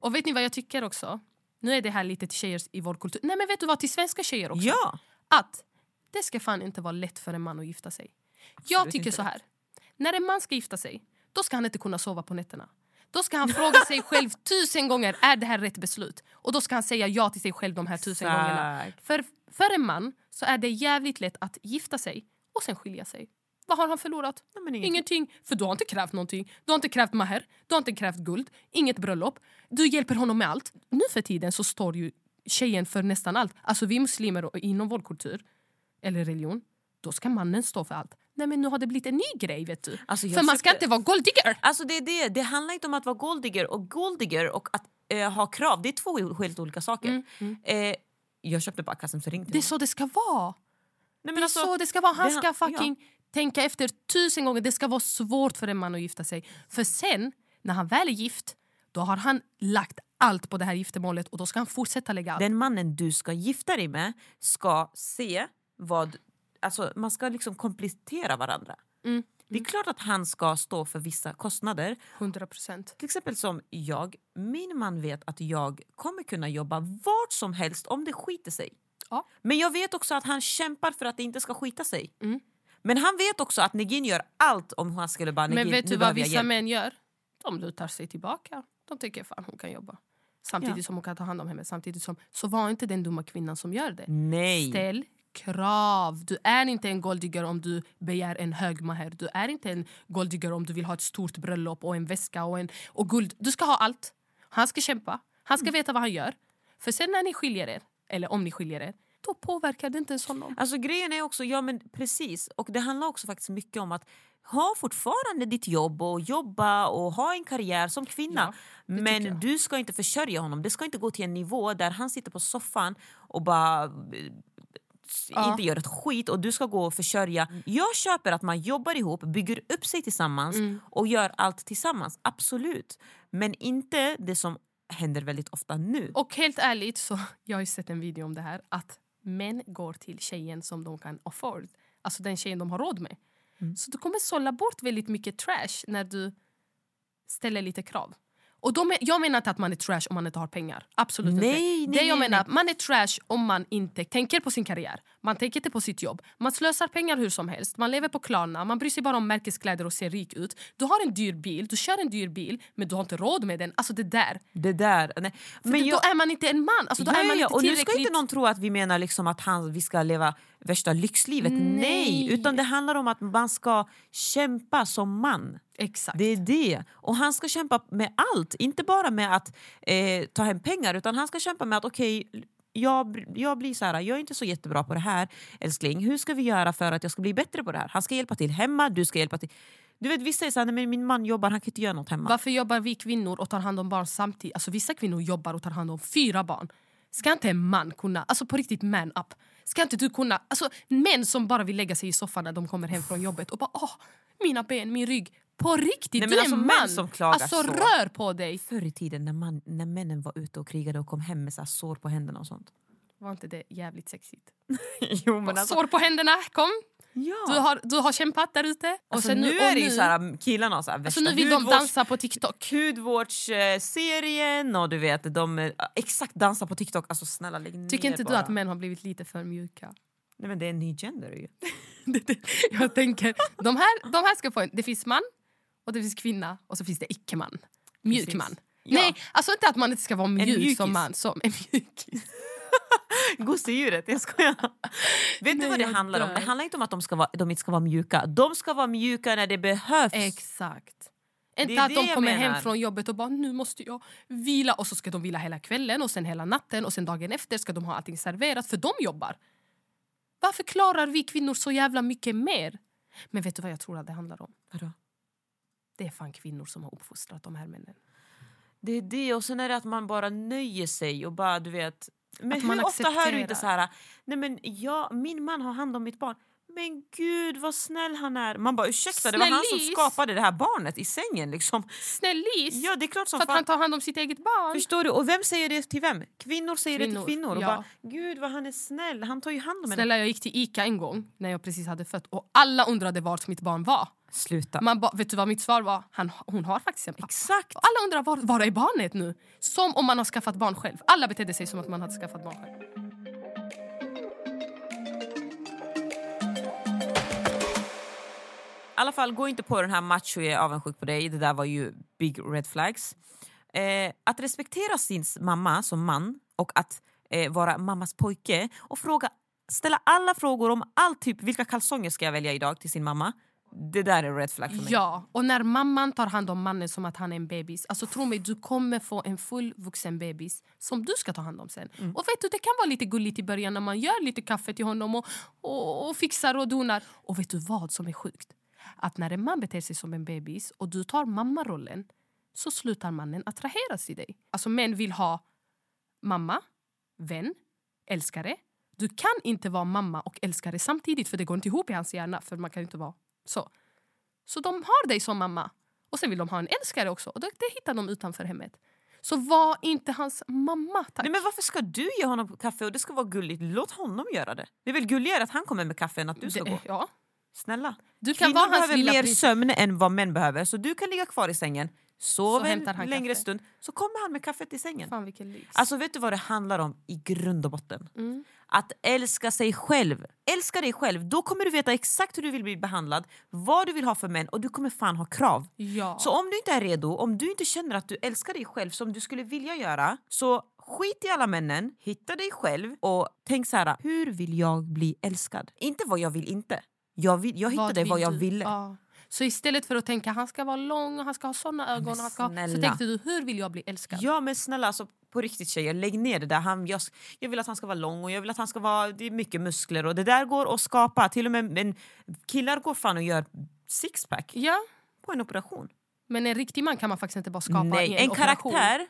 [SPEAKER 2] Och vet ni vad jag tycker också? Nu är det här lite till tjejer i vår kultur. Nej men vet du vad, till svenska tjejer också.
[SPEAKER 3] ja.
[SPEAKER 2] Att det ska fan inte vara lätt för en man att gifta sig. jag tycker
[SPEAKER 3] inte
[SPEAKER 2] så här. När en man ska gifta sig, då ska han inte kunna sova på nätterna. Då ska han fråga sig själv tusen gånger, är det här rätt beslut? Och då ska han säga ja till sig själv de här tusen gångerna.
[SPEAKER 3] Exakt.
[SPEAKER 2] För, för en man så är det jävligt lätt att gifta sig och sen skilja sig. Vad har han förlorat?
[SPEAKER 3] Nej, men ingenting.
[SPEAKER 2] Ingenting. För du har inte krävt någonting. Du har inte krävt maher, du har inte krävt guld, inget bröllop. Du hjälper honom med allt. Nu för tiden så står ju tjejen för nästan allt. Alltså vi muslimer och inom vår kultur, eller religion, då ska mannen stå för allt. Nej men nu har det blivit en ny grej vet du.
[SPEAKER 3] Alltså, jag
[SPEAKER 2] för man ska
[SPEAKER 3] köpte-
[SPEAKER 2] inte vara golddigger.
[SPEAKER 3] Alltså det, är det. det handlar inte om att vara golddigger och golddigger och att eh, ha krav. Det är två helt olika saker. Eh, jag köpte bara kassen så ringde
[SPEAKER 2] Mm, Det är så det ska vara.
[SPEAKER 3] Nej,
[SPEAKER 2] Det är så alltså, det ska vara. Han
[SPEAKER 3] Alltså, det-
[SPEAKER 2] ska fucking tänka efter tusen gånger. Det ska vara svårt för en man att gifta sig. För sen, när han väl är gift, då har han lagt allt på det här giftermålet och då ska han fortsätta lägga allt.
[SPEAKER 3] Den mannen du ska gifta dig med ska se vad... Alltså man ska liksom komplettera varandra.
[SPEAKER 2] Mm,
[SPEAKER 3] Det är klart att han ska stå för vissa kostnader.
[SPEAKER 2] 100 procent.
[SPEAKER 3] Till exempel som jag. Min man vet att jag kommer kunna jobba vart som helst om det skiter sig.
[SPEAKER 2] Ja.
[SPEAKER 3] Men jag vet också att han kämpar för att det inte ska skita sig.
[SPEAKER 2] Mm.
[SPEAKER 3] Men han vet också att Negin gör allt om han skulle bara Negin,
[SPEAKER 2] Men vet
[SPEAKER 3] nu
[SPEAKER 2] du vad
[SPEAKER 3] behöver jag
[SPEAKER 2] vissa
[SPEAKER 3] hjälp."
[SPEAKER 2] män gör? De lutar sig tillbaka. De tycker fan hon kan jobba. Samtidigt
[SPEAKER 3] Ja.
[SPEAKER 2] som hon kan ta hand om hemmet. Samtidigt som, så var inte den dumma kvinnan som gör det.
[SPEAKER 3] Nej.
[SPEAKER 2] Ställ krav. Du är inte en golddigger om du begär en hög maher. Du är inte en golddigger om du vill ha ett stort bröllop och en väska och, en, och guld. Du ska ha allt. Han ska kämpa. Han ska veta vad han gör. För sen när ni skiljer er, eller om ni skiljer er, då påverkar det inte ens honom.
[SPEAKER 3] Alltså grejen är också, ja men precis, och det handlar också faktiskt mycket om att ha fortfarande ditt jobb och jobba och ha en karriär som kvinna.
[SPEAKER 2] tycker jag.
[SPEAKER 3] men du ska inte försörja honom. Det ska inte gå till en nivå där han sitter på soffan och bara eh, s-
[SPEAKER 2] Ja.
[SPEAKER 3] inte gör ett skit och du ska gå och försörja. Jag köper att man jobbar ihop, bygger upp sig tillsammans
[SPEAKER 2] Mm.
[SPEAKER 3] och gör allt tillsammans. Absolut. Men inte det som händer väldigt ofta nu.
[SPEAKER 2] Och helt ärligt, så jag har ju sett en video om det här att män går till tjejen som de kan afford. Alltså den tjejen de har råd med.
[SPEAKER 3] Mm.
[SPEAKER 2] Så du kommer sålla bort väldigt mycket trash när du ställer lite krav. Och de är, jag menar inte att man är trash om man inte har pengar. Absolut
[SPEAKER 3] Nej,
[SPEAKER 2] inte.
[SPEAKER 3] nej,
[SPEAKER 2] det jag
[SPEAKER 3] nej,
[SPEAKER 2] menar, man är trash om man inte tänker på sin karriär. Man tänker inte på sitt jobb. Man slösar pengar hur som helst. Man lever på Klarna. Man bryr sig bara om märkeskläder och ser rik ut. Du har en dyr bil, du kör en dyr bil, men du har inte råd med den. Alltså det där.
[SPEAKER 3] Det där. Nej.
[SPEAKER 2] För det, då är man inte en man. Alltså, då
[SPEAKER 3] Ja,
[SPEAKER 2] är man
[SPEAKER 3] ja,
[SPEAKER 2] inte
[SPEAKER 3] och nu
[SPEAKER 2] tillräckligt...
[SPEAKER 3] ska inte någon tro att vi menar liksom att han, vi ska leva värsta lyxlivet. Nej. Utan det handlar om att man ska kämpa som man.
[SPEAKER 2] Exakt.
[SPEAKER 3] Det är det. Och han ska kämpa med allt, inte bara med att eh, ta hem pengar utan han ska kämpa med att okej, jag, br- jag blir så här, jag är inte så jättebra på det här älskling, hur ska vi göra för att jag ska bli bättre på det här? Han ska hjälpa till hemma, du ska hjälpa till. Du vet vissa är så här, nej, men min man jobbar, han kan inte göra något hemma.
[SPEAKER 2] Varför jobbar vi kvinnor och tar hand om barn samtidigt? Alltså vissa kvinnor jobbar och tar hand om fyra barn. Ska inte en man kunna, alltså på riktigt man up. Ska inte du kunna, alltså män som bara vill lägga sig i soffan när de kommer hem från jobbet och bara åh, mina ben, min rygg. På riktigt,
[SPEAKER 3] Nej, men
[SPEAKER 2] du är
[SPEAKER 3] alltså,
[SPEAKER 2] en
[SPEAKER 3] män
[SPEAKER 2] man.
[SPEAKER 3] som klagar
[SPEAKER 2] alltså
[SPEAKER 3] så.
[SPEAKER 2] rör på dig.
[SPEAKER 3] Förr i tiden när, man, när männen var ute och krigade och kom hem med så här sår på händerna och sånt.
[SPEAKER 2] Var inte det jävligt sexigt?
[SPEAKER 3] jo, men alltså,
[SPEAKER 2] Sår på händerna, kom.
[SPEAKER 3] ja.
[SPEAKER 2] Du har, du har kämpat där ute. Och
[SPEAKER 3] alltså,
[SPEAKER 2] sen
[SPEAKER 3] nu, är det ju
[SPEAKER 2] och
[SPEAKER 3] så här, killarna har så här,
[SPEAKER 2] Alltså
[SPEAKER 3] värsta
[SPEAKER 2] nu vill de
[SPEAKER 3] hudvårds-
[SPEAKER 2] dansa på TikTok.
[SPEAKER 3] hudvårdsserien och du vet, de eh, exakt dansar på TikTok. Alltså snälla lägg ner
[SPEAKER 2] Tycker inte du
[SPEAKER 3] bara.
[SPEAKER 2] att män har blivit lite för mjuka?
[SPEAKER 3] Nej men det är en ny gender ju.
[SPEAKER 2] Det- det- jag tänker, de här, de här ska få en, det finns man och det finns kvinna och så finns det icke-man. Mjuk
[SPEAKER 3] Precis.
[SPEAKER 2] man.
[SPEAKER 3] Ja.
[SPEAKER 2] Nej, alltså inte att man inte ska vara mjuk
[SPEAKER 3] mjukis.
[SPEAKER 2] som man. Som en mjukis.
[SPEAKER 3] Gosedjuret, jag skojar. vet du
[SPEAKER 2] Nej,
[SPEAKER 3] vad det
[SPEAKER 2] jag
[SPEAKER 3] handlar om?
[SPEAKER 2] dör.
[SPEAKER 3] Det handlar inte om att de, ska vara, de inte ska vara mjuka. De ska vara mjuka när det behövs.
[SPEAKER 2] Exakt.
[SPEAKER 3] Det
[SPEAKER 2] Inte
[SPEAKER 3] är
[SPEAKER 2] att
[SPEAKER 3] det
[SPEAKER 2] de
[SPEAKER 3] jag
[SPEAKER 2] kommer
[SPEAKER 3] menar.
[SPEAKER 2] hem från jobbet och bara nu måste jag vila och så ska de vila hela kvällen och sen hela natten och sen dagen efter ska de ha allting serverat för de jobbar. Varför klarar vi kvinnor så jävla mycket mer? Men vet du vad jag tror att det handlar om?
[SPEAKER 3] Vadå?
[SPEAKER 2] Det är fan kvinnor som har uppfostrat de här männen.
[SPEAKER 3] Det är det och sen är det att man bara nöjer sig och bara du vet. Men
[SPEAKER 2] Att
[SPEAKER 3] hur
[SPEAKER 2] man
[SPEAKER 3] ofta hör du inte
[SPEAKER 2] accepterar.
[SPEAKER 3] så här, nej men jag, min man har hand om mitt barn. Men gud vad snäll han är. Man bara ursäkta det var han som
[SPEAKER 2] Snällis.
[SPEAKER 3] skapade det här barnet i sängen liksom.
[SPEAKER 2] Snällis!
[SPEAKER 3] Ja det är klart som
[SPEAKER 2] För att
[SPEAKER 3] fan.
[SPEAKER 2] han tar hand om sitt eget barn.
[SPEAKER 3] Förstår du? Och vem säger det till vem? Kvinnor säger det
[SPEAKER 2] Kvinnor,
[SPEAKER 3] till kvinnor. Och
[SPEAKER 2] ja.
[SPEAKER 3] bara, Gud vad han är snäll, han tar ju hand om henne.
[SPEAKER 2] Snälla jag gick till Ica en gång när jag precis hade fött och alla undrade vart mitt barn var.
[SPEAKER 3] Sluta.
[SPEAKER 2] Man ba, vet du vad mitt svar var? Han, hon har faktiskt en pappa.
[SPEAKER 3] Exakt.
[SPEAKER 2] Och alla undrar var, var är barnet nu? Som om man har skaffat barn själv. Alla betedde sig som att man hade skaffat barn själv.
[SPEAKER 3] I alla fall, gå inte på den här macho, jag är avundsjuk på dig. Det där var ju big red flags. Eh, att respektera sin s- mamma som man och att eh, vara mammas pojke och fråga, ställa alla frågor om allt, typ vilka kalsonger ska jag välja idag till sin mamma? Det där är red flag för mig.
[SPEAKER 2] Ja, och när mamman tar hand om mannen som att han är en bebis. Alltså tro mig, du kommer få en fullvuxen bebis som du ska ta hand om sen. Och vet du, det kan vara lite gulligt i början när man gör lite kaffe till honom och, och, och fixar och donar. Och vet du vad som är sjukt? Att när en man beter sig som en bebis och du tar mammarollen så slutar mannen attraheras till dig. Alltså män vill ha mamma, vän, älskare. Du kan inte vara mamma och älskare samtidigt för det går inte ihop i hans hjärna. För man kan ju inte vara så. Så de har dig som mamma. Och sen vill de ha en älskare också. Och det, det hittar de utanför hemmet. Så var inte hans mamma, tack.
[SPEAKER 3] Nej, men varför ska du ge honom kaffe och det ska vara gulligt? Låt honom göra det. Det är väl gulligare att han kommer med kaffe än att du ska
[SPEAKER 2] Det-
[SPEAKER 3] gå?
[SPEAKER 2] Ja.
[SPEAKER 3] Snälla.
[SPEAKER 2] Du kan
[SPEAKER 3] Kvinnor
[SPEAKER 2] vara hans
[SPEAKER 3] behöver
[SPEAKER 2] lilla
[SPEAKER 3] mer
[SPEAKER 2] prins.
[SPEAKER 3] sömn än vad män behöver så du kan ligga kvar i sängen, sov
[SPEAKER 2] Så
[SPEAKER 3] en
[SPEAKER 2] hämtar han
[SPEAKER 3] längre
[SPEAKER 2] kaffe.
[SPEAKER 3] stund så kommer han med kaffet i sängen.
[SPEAKER 2] Fan vilken lyx.
[SPEAKER 3] Alltså vet du vad det handlar om i grund och botten?
[SPEAKER 2] Mm.
[SPEAKER 3] Att älska sig själv. Älska dig själv, då kommer du veta exakt hur du vill bli behandlad, vad du vill ha för män och du kommer fan ha krav.
[SPEAKER 2] ja.
[SPEAKER 3] Så om du inte är redo, om du inte känner att du älskar dig själv som du skulle vilja göra, så skit i alla männen, hitta dig själv och tänk så här, hur vill jag bli älskad? Inte vad jag vill inte. Jag, vill, jag hittade vad,
[SPEAKER 2] vill
[SPEAKER 3] jag
[SPEAKER 2] du?
[SPEAKER 3] ville.
[SPEAKER 2] Ja. Så istället för att tänka han ska vara lång och han ska ha såna ögon och han ska ha, så
[SPEAKER 3] snälla.
[SPEAKER 2] tänkte du hur vill jag bli älskad?
[SPEAKER 3] Ja men snälla alltså, på riktigt tjejer, lägg ner det där. Han, jag, jag vill att han ska vara lång och jag vill att han ska vara, det är mycket muskler och det där går att skapa. Till och med men, killar går fan och gör sixpack
[SPEAKER 2] Ja.
[SPEAKER 3] på en operation.
[SPEAKER 2] Men en riktig man kan man faktiskt inte bara skapa
[SPEAKER 3] Nej,
[SPEAKER 2] i
[SPEAKER 3] en,
[SPEAKER 2] operation.
[SPEAKER 3] karaktär,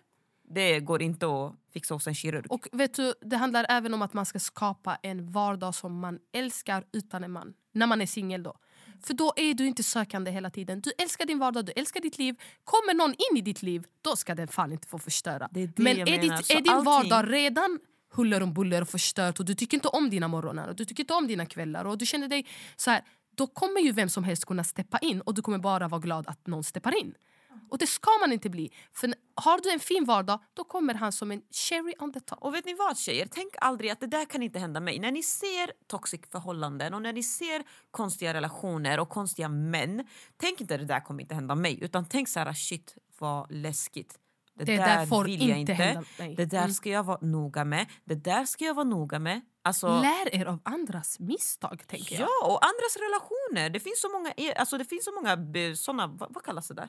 [SPEAKER 3] det går inte att fixa hos en kirurg.
[SPEAKER 2] Och vet du, det handlar även om att man ska skapa en vardag som man älskar utan en man. När man är singel då. För då är du inte sökande hela tiden. Du älskar din vardag, du älskar ditt liv. Kommer någon in i ditt liv, då ska den fan inte få förstöra.
[SPEAKER 3] Det är det
[SPEAKER 2] Men
[SPEAKER 3] jag
[SPEAKER 2] är,
[SPEAKER 3] menar.
[SPEAKER 2] ditt,
[SPEAKER 3] Så
[SPEAKER 2] är din
[SPEAKER 3] allting-
[SPEAKER 2] vardag redan huller om buller och förstört och du tycker inte om dina morgnar och du tycker inte om dina kvällar och du känner dig så här, då kommer ju vem som helst kunna steppa in och du kommer bara vara glad att någon steppar in. Och det ska man inte bli. För n- har du en fin vardag, då kommer han som en cherry on the top.
[SPEAKER 3] Och vet ni vad tjejer, tänk aldrig att det där kan inte hända mig. När ni ser toxic förhållanden och när ni ser konstiga relationer och konstiga män, tänk inte det där kommer inte hända mig. Utan tänk så här, shit vad läskigt. Det,
[SPEAKER 2] Det där får inte hända mig.
[SPEAKER 3] Det där
[SPEAKER 2] Mm.
[SPEAKER 3] ska jag vara noga med. Det där ska jag vara noga med. Alltså,
[SPEAKER 2] Lär er av andras misstag, tänker jag.
[SPEAKER 3] ja, och andras relationer. Det finns så många, e- alltså det finns så många be- såna, vad, vad kallas det där?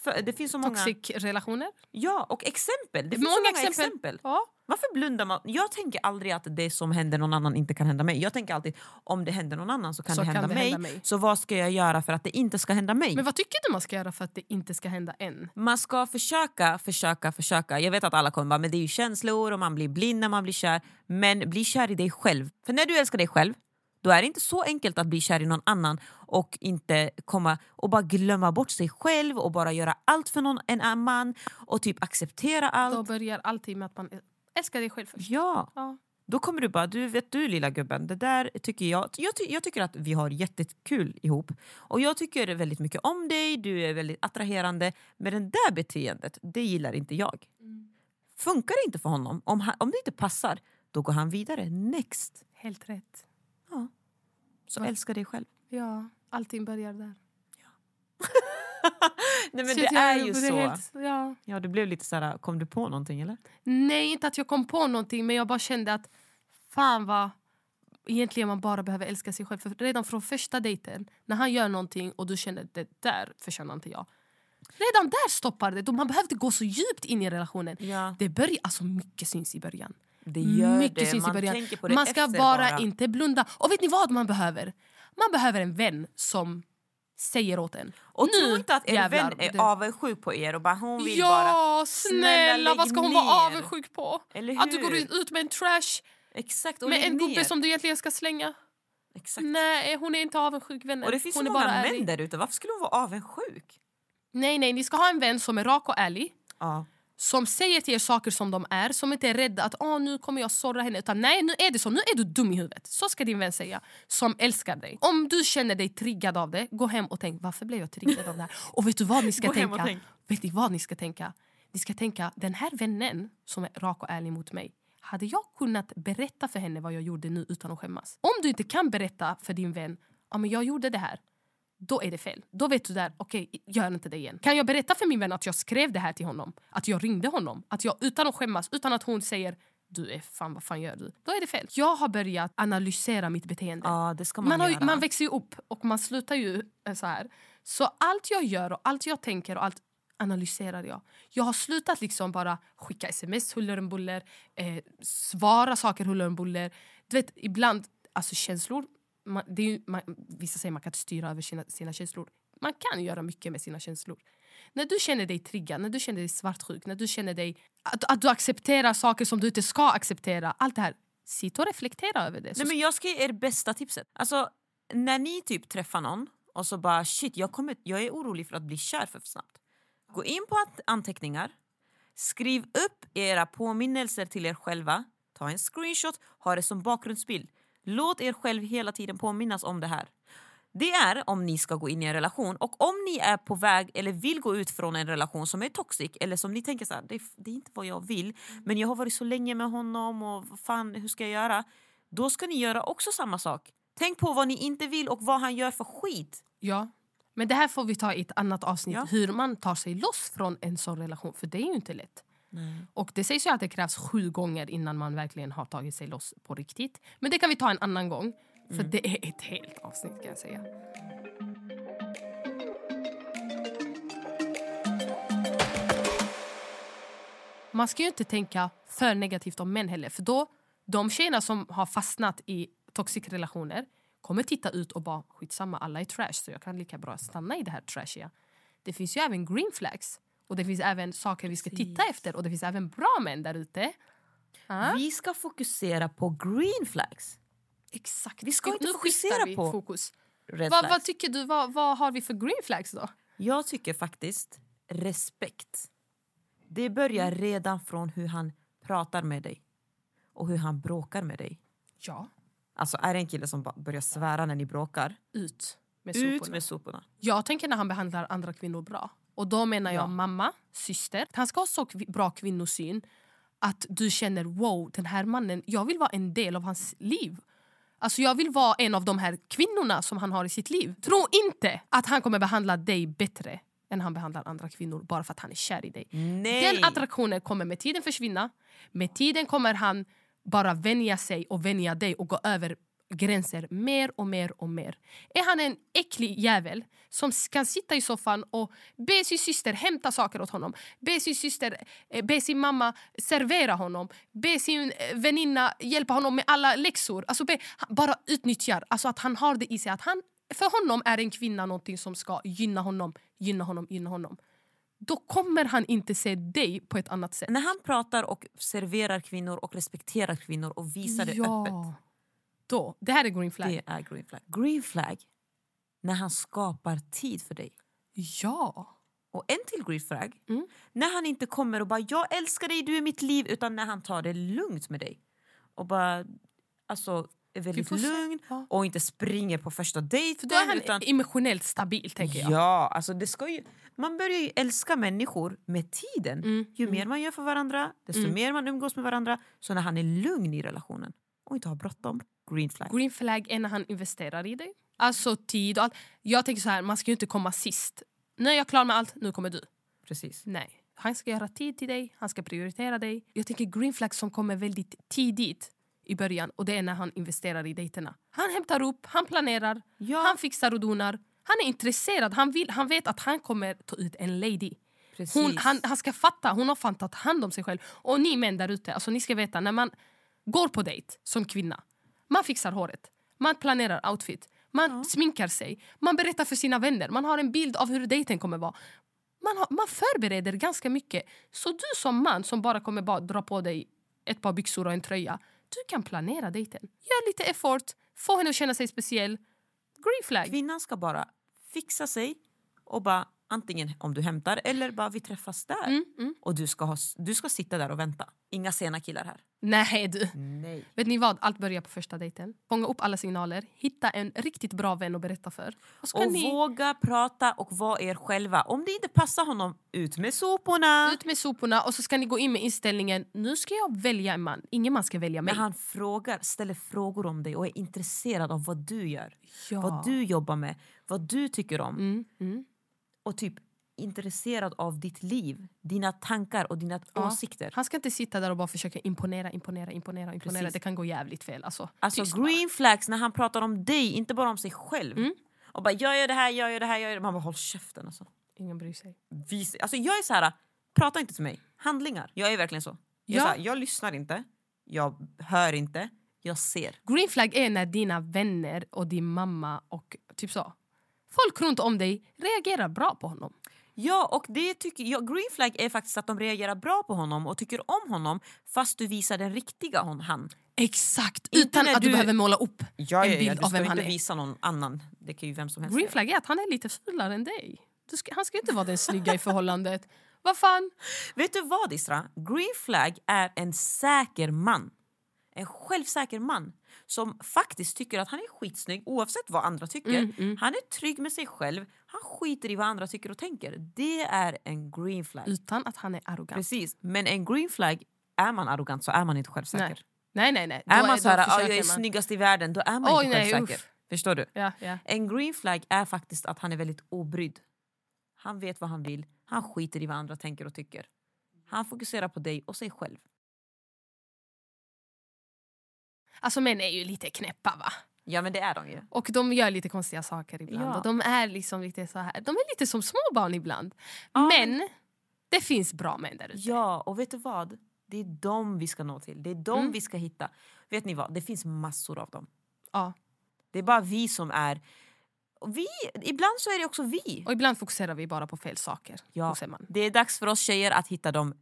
[SPEAKER 3] För, det finns så många,
[SPEAKER 2] Toxic relationer.
[SPEAKER 3] ja, och exempel. Det finns så många exempel.
[SPEAKER 2] Ja.
[SPEAKER 3] Varför blundar man? Jag tänker aldrig att det som händer någon annan inte kan hända mig. Jag tänker alltid om det händer någon annan så kan,
[SPEAKER 2] Så
[SPEAKER 3] det,
[SPEAKER 2] kan
[SPEAKER 3] hända
[SPEAKER 2] det
[SPEAKER 3] mig.
[SPEAKER 2] hända mig.
[SPEAKER 3] Så vad ska jag göra för att det inte ska hända mig?
[SPEAKER 2] Men vad tycker du man ska göra för att det inte ska hända än?
[SPEAKER 3] Man ska försöka, försöka, försöka. Jag vet att alla kommer bara, men det är ju känslor och man blir blind när man blir kär. Men bli kär i dig själv. För när du älskar dig själv, då är det inte så enkelt att bli kär i någon annan och inte komma och bara glömma bort sig själv och bara göra allt för någon, en annan man och typ acceptera
[SPEAKER 2] Då
[SPEAKER 3] allt.
[SPEAKER 2] börjar alltid med att man älskar dig själv först.
[SPEAKER 3] Ja.
[SPEAKER 2] Ja.
[SPEAKER 3] Då kommer du bara, du vet du lilla gubben, det där tycker jag, jag, ty, jag tycker att vi har jättekul ihop och jag tycker väldigt mycket om dig, du är väldigt attraherande men det där beteendet, det gillar inte jag.
[SPEAKER 2] Mm.
[SPEAKER 3] Funkar det inte för honom, om, han, om det inte passar, då går han vidare, next.
[SPEAKER 2] Helt rätt.
[SPEAKER 3] Så älska dig själv.
[SPEAKER 2] Ja, allting börjar där.
[SPEAKER 3] Nej men
[SPEAKER 2] Shit,
[SPEAKER 3] det
[SPEAKER 2] jag
[SPEAKER 3] är ju
[SPEAKER 2] gjorde
[SPEAKER 3] så.
[SPEAKER 2] helt- ja.
[SPEAKER 3] Ja du blev lite såhär, kom du på någonting eller?
[SPEAKER 2] Nej, inte att jag kom på någonting men jag bara kände att fan vad egentligen man bara behöver älska sig själv. För redan från första dejten, när han gör någonting och du känner det där förtjänar inte jag. Redan där stoppar det. Då Man behövde gå så djupt in i relationen.
[SPEAKER 3] Ja.
[SPEAKER 2] Det börjar, alltså mycket syns i början.
[SPEAKER 3] Det gör
[SPEAKER 2] mycket
[SPEAKER 3] det,
[SPEAKER 2] syns
[SPEAKER 3] man
[SPEAKER 2] i början.
[SPEAKER 3] tänker på det
[SPEAKER 2] man ska
[SPEAKER 3] efter
[SPEAKER 2] bara,
[SPEAKER 3] bara.
[SPEAKER 2] inte blunda. Och vet ni vad man behöver? Man behöver en vän som säger åt en.
[SPEAKER 3] Och
[SPEAKER 2] "Nu
[SPEAKER 3] tro inte att er
[SPEAKER 2] jävlar,
[SPEAKER 3] vän är
[SPEAKER 2] du-
[SPEAKER 3] avundsjuk på er och bara hon vill bara...
[SPEAKER 2] Ja, snälla!
[SPEAKER 3] lägg
[SPEAKER 2] Vad ska hon vara
[SPEAKER 3] ner."
[SPEAKER 2] avundsjuk på?
[SPEAKER 3] Eller
[SPEAKER 2] Att du går
[SPEAKER 3] hur?
[SPEAKER 2] ut med en trash,
[SPEAKER 3] Exakt, och
[SPEAKER 2] med
[SPEAKER 3] lägg
[SPEAKER 2] en
[SPEAKER 3] ner.
[SPEAKER 2] gubbe som du egentligen ska slänga.
[SPEAKER 3] Exakt.
[SPEAKER 2] Nej, hon är inte avundsjuk vänner.
[SPEAKER 3] Och det finns
[SPEAKER 2] hon
[SPEAKER 3] så
[SPEAKER 2] är
[SPEAKER 3] många
[SPEAKER 2] bara
[SPEAKER 3] män
[SPEAKER 2] ärlig.
[SPEAKER 3] där ute, varför skulle hon vara avundsjuk?
[SPEAKER 2] Nej, nej, ni ska ha en vän som är rak och ärlig.
[SPEAKER 3] Ja.
[SPEAKER 2] Som säger till er saker som de är, som inte är rädda att Åh, nu kommer jag såra henne. Utan nej, nu är det så, nu är du dum i huvudet. Så ska din vän säga, som älskar dig. Om du känner dig triggad av det, gå hem och tänk varför blev jag triggad av det här? Och vet du vad ni ska
[SPEAKER 3] Gå hem och
[SPEAKER 2] tänka?
[SPEAKER 3] tänk.
[SPEAKER 2] Vet ni vad ni ska tänka? Ni ska tänka, den här vännen som är rak och ärlig mot mig hade jag kunnat berätta för henne vad jag gjorde nu utan att skämmas? Om du inte kan berätta för din vän ja, men jag gjorde det här, då är det fel. Då vet du där, okej, gör inte det igen. Kan jag berätta för min vän att jag skrev det här till honom? Att jag ringde honom? Att jag utan att skämmas, utan att hon säger du är fan, vad fan gör du? Då är det fel. Jag har börjat analysera mitt beteende.
[SPEAKER 3] ja, det ska man,
[SPEAKER 2] Man, har ju,
[SPEAKER 3] göra.
[SPEAKER 2] man växer ju upp och man slutar ju eh, så här. Så allt jag gör och allt jag tänker och allt analyserar jag. Jag har slutat liksom bara skicka sms huller om buller, eh, svara saker huller om buller. Du vet, ibland, alltså känslor, man, det är ju, man, vissa säger man kan inte styra över sina, sina känslor. Man kan göra mycket med sina känslor. När du känner dig triggad, när du känner dig svartsjuk, när du känner dig att, att du accepterar saker som du inte ska acceptera, allt det här. Sitt och reflektera över det. Så
[SPEAKER 3] Nej, men jag ska ge er bästa tipset. Alltså, när ni typ träffar någon och så bara shit, jag, kommer, jag är orolig för att bli kär för snabbt. Gå in på att- anteckningar, skriv upp era påminnelser till er själva, ta en screenshot, ha det som bakgrundsbild. Låt er själv hela tiden påminnas om det här. Det är om ni ska gå in i en relation och om ni är på väg eller vill gå ut från en relation som är toxic eller som ni tänker så här, det, är, det är inte vad jag vill men jag har varit så länge med honom och vad fan hur ska jag göra? Då ska ni göra också samma sak. Tänk på vad ni inte vill och vad han gör för skit.
[SPEAKER 2] Ja. Men det här får vi ta i ett annat avsnitt.
[SPEAKER 3] Ja.
[SPEAKER 2] Hur man tar sig loss från en sån relation. För det är ju inte lätt. Och det sägs ju att det krävs sju gånger innan man verkligen har tagit sig loss på riktigt. Men det kan vi ta en annan gång. För det är ett helt avsnitt kan jag säga. Man ska ju inte tänka för negativt om män heller. För då, de tjejerna som har fastnat i toxic relationer kommer titta ut och bara skitsamma alla är trash så jag kan lika bra stanna i det här trashiga. Det finns ju även green flags och det finns även saker vi ska titta efter och det finns även bra män där ute. Ah, Ja.
[SPEAKER 3] Vi ska fokusera på green flags.
[SPEAKER 2] Exakt.
[SPEAKER 3] Vi ska inte
[SPEAKER 2] nu
[SPEAKER 3] fokusera
[SPEAKER 2] skiftar vi
[SPEAKER 3] på
[SPEAKER 2] fokus.
[SPEAKER 3] Red
[SPEAKER 2] Vad,
[SPEAKER 3] flags.
[SPEAKER 2] vad tycker du? Vad, vad har vi för green flags då?
[SPEAKER 3] Jag tycker faktiskt respekt. Det börjar redan från hur han pratar med dig och hur han bråkar med dig.
[SPEAKER 2] Ja,
[SPEAKER 3] Alltså är det en kille som bara börjar svära när ni bråkar,
[SPEAKER 2] ut med
[SPEAKER 3] ut
[SPEAKER 2] soporna.
[SPEAKER 3] med soporna.
[SPEAKER 2] Jag tänker när han behandlar andra kvinnor bra. Och då menar jag
[SPEAKER 3] Ja.
[SPEAKER 2] mamma, syster. Han ska ha så kvi- bra kvinnosyn att du känner wow, den här mannen, jag vill vara en del av hans liv. Alltså jag vill vara en av de här kvinnorna som han har i sitt liv. Tro inte att han kommer behandla dig bättre än han behandlar andra kvinnor bara för att han är kär i dig.
[SPEAKER 3] Nej.
[SPEAKER 2] Den attraktionen kommer med tiden försvinna. Med tiden kommer han bara vänja sig och vänja dig och gå över gränser mer och mer och mer. Är han en äcklig jävel som s- kan sitta i soffan och be sin syster hämta saker åt honom, be sin syster, eh, be sin mamma servera honom, be sin eh, väninna hjälpa honom med alla läxor. Alltså be, han bara utnyttjar, alltså att han har det i sig. Att han, för honom är en kvinna någonting som ska gynna honom, gynna honom, gynna honom då kommer han inte se dig på ett annat sätt.
[SPEAKER 3] När han pratar och serverar kvinnor och respekterar kvinnor och visar det öppet.
[SPEAKER 2] Då. Det här är green flag.
[SPEAKER 3] Det är green flag. Green flag, när han skapar tid för dig.
[SPEAKER 2] Ja.
[SPEAKER 3] Och en till green flag,
[SPEAKER 2] Mm.
[SPEAKER 3] när han inte kommer och bara “jag älskar dig, du är mitt liv” utan när han tar det lugnt med dig. Och bara, alltså är väldigt
[SPEAKER 2] får se.
[SPEAKER 3] lugn
[SPEAKER 2] Ja.
[SPEAKER 3] och inte springer på första
[SPEAKER 2] För
[SPEAKER 3] dejten.
[SPEAKER 2] då är han
[SPEAKER 3] utan,
[SPEAKER 2] emotionellt stabil, tänker jag.
[SPEAKER 3] Ja, alltså det ska ju, man börjar ju älska människor med tiden.
[SPEAKER 2] Mm.
[SPEAKER 3] Ju mer man gör för varandra, desto mer man umgås med varandra. Så när han är lugn i relationen och inte har bråttom, green flag.
[SPEAKER 2] Green flag är när han investerar i dig. Alltså tid och allt. Jag tänker så här, man ska ju inte komma sist. Nu är jag klar med allt, nu kommer du.
[SPEAKER 3] Precis.
[SPEAKER 2] Nej. Han ska göra tid till dig, han ska prioritera dig. Jag tänker green flag som kommer väldigt tidigt i början och det är när han investerar i dejterna. Han hämtar upp, han planerar,
[SPEAKER 3] Ja.
[SPEAKER 2] han fixar och donar. Han är intresserad, han, vill, han vet att han kommer ta ut en lady.
[SPEAKER 3] Precis.
[SPEAKER 2] Hon, han, han ska fatta, hon har fan tagit hand om sig själv. Och ni män där ute, alltså ni ska veta när man går på dejt som kvinna, man fixar håret, man planerar outfit, man sminkar sig, man berättar för sina vänner, man har en bild av hur dejten kommer vara. Man, har, man förbereder ganska mycket. Så du som man som bara kommer bara dra på dig ett par byxor och en tröja, du kan planera dejten. Gör lite effort, få henne att känna sig speciell. Green flag.
[SPEAKER 3] Kvinnan ska bara fixa sig och bara antingen om du hämtar eller bara vi träffas där.
[SPEAKER 2] Mm,
[SPEAKER 3] Och du ska, ha, du ska sitta där och vänta. Inga sena killar här.
[SPEAKER 2] Nej du.
[SPEAKER 3] Nej.
[SPEAKER 2] Vet ni vad? Allt börjar på första dejten. Fånga upp alla signaler, hitta en riktigt bra vän att berätta för. Och ska
[SPEAKER 3] Och
[SPEAKER 2] ni
[SPEAKER 3] våga prata och vara er själva. Om det inte passar honom, ut med soporna!
[SPEAKER 2] ut med soporna och så ska ni gå in med inställningen nu ska jag välja en man. Ingen man ska välja mig.
[SPEAKER 3] När han frågar, ställer frågor om dig och är intresserad av vad du gör,
[SPEAKER 2] Ja.
[SPEAKER 3] vad du jobbar med, vad du tycker om
[SPEAKER 2] Mm, mm.
[SPEAKER 3] och typ intresserad av ditt liv, dina tankar och dina
[SPEAKER 2] Ja.
[SPEAKER 3] åsikter.
[SPEAKER 2] Han ska inte sitta där och bara försöka imponera, imponera, imponera. imponera.
[SPEAKER 3] Precis.
[SPEAKER 2] Det kan gå jävligt fel. Alltså,
[SPEAKER 3] Alltså
[SPEAKER 2] tyst bara.
[SPEAKER 3] green flags när han pratar om dig, inte bara om sig själv. Och bara jag gör det här, jag gör det här, jag gör det. Man bara håll käften alltså.
[SPEAKER 2] Ingen bryr sig.
[SPEAKER 3] Vis- alltså jag är så här, prata inte till mig. Handlingar. Jag är verkligen så. Jag, är
[SPEAKER 2] Ja.
[SPEAKER 3] så här, jag lyssnar inte, jag hör inte, jag ser.
[SPEAKER 2] Green flag är när dina vänner och din mamma och typ så. Folk runt om dig reagerar bra på honom.
[SPEAKER 3] Ja, och det tycker jag, green flag är faktiskt att de reagerar bra på honom och tycker om honom fast du visar den riktiga hon, han.
[SPEAKER 2] Exakt!
[SPEAKER 3] Inte
[SPEAKER 2] utan
[SPEAKER 3] när
[SPEAKER 2] att du,
[SPEAKER 3] du-
[SPEAKER 2] behöver måla upp en bild
[SPEAKER 3] Du
[SPEAKER 2] av
[SPEAKER 3] ska
[SPEAKER 2] vem han
[SPEAKER 3] inte
[SPEAKER 2] är.
[SPEAKER 3] visa någon annan. Det kan ju vem som helst
[SPEAKER 2] Green
[SPEAKER 3] göra.
[SPEAKER 2] flag är att han är lite fulare än dig. Du ska, han ska ju inte vara den snygga i förhållandet. Vad fan?
[SPEAKER 3] Vet du vad Isra? Green flag är en säker man. En självsäker man som faktiskt tycker att han är skitsnygg oavsett vad andra tycker.
[SPEAKER 2] Mm,
[SPEAKER 3] Han är trygg med sig själv. Han skiter i vad andra tycker och tänker. Det är en green flag.
[SPEAKER 2] Utan att han är arrogant.
[SPEAKER 3] Precis. Men en green flag, är man arrogant så är man inte
[SPEAKER 2] Nej.
[SPEAKER 3] självsäker.
[SPEAKER 2] nej, nej. nej. Då
[SPEAKER 3] Är man
[SPEAKER 2] då
[SPEAKER 3] så här, "Ah,
[SPEAKER 2] försöker
[SPEAKER 3] jag är
[SPEAKER 2] man."
[SPEAKER 3] snyggast i världen, då är man
[SPEAKER 2] Oj,
[SPEAKER 3] inte
[SPEAKER 2] nej,
[SPEAKER 3] självsäker.
[SPEAKER 2] uff.
[SPEAKER 3] Förstår du?
[SPEAKER 2] Ja, ja.
[SPEAKER 3] En green flag är faktiskt att han är väldigt obrydd. Han vet vad han vill, han skiter i vad andra tänker och tycker. Han fokuserar på dig och sig själv.
[SPEAKER 2] Alltså män är ju lite knäppa va?
[SPEAKER 3] Ja men det är de ju.
[SPEAKER 2] Och de gör lite konstiga saker ibland.
[SPEAKER 3] Ja.
[SPEAKER 2] Och de är liksom lite så här. De är lite som små barn ibland. men, det finns bra män där ute.
[SPEAKER 3] Ja och vet du vad? Det är dem vi ska nå till, det är dem vi ska hitta. Vet ni vad, det finns massor av dem.
[SPEAKER 2] Ja.
[SPEAKER 3] Det är bara vi som är... och Vi, ibland så är det också vi.
[SPEAKER 2] Och ibland fokuserar vi bara på fel saker.
[SPEAKER 3] Ja,
[SPEAKER 2] hos en man.
[SPEAKER 3] det är dags för oss tjejer att hitta de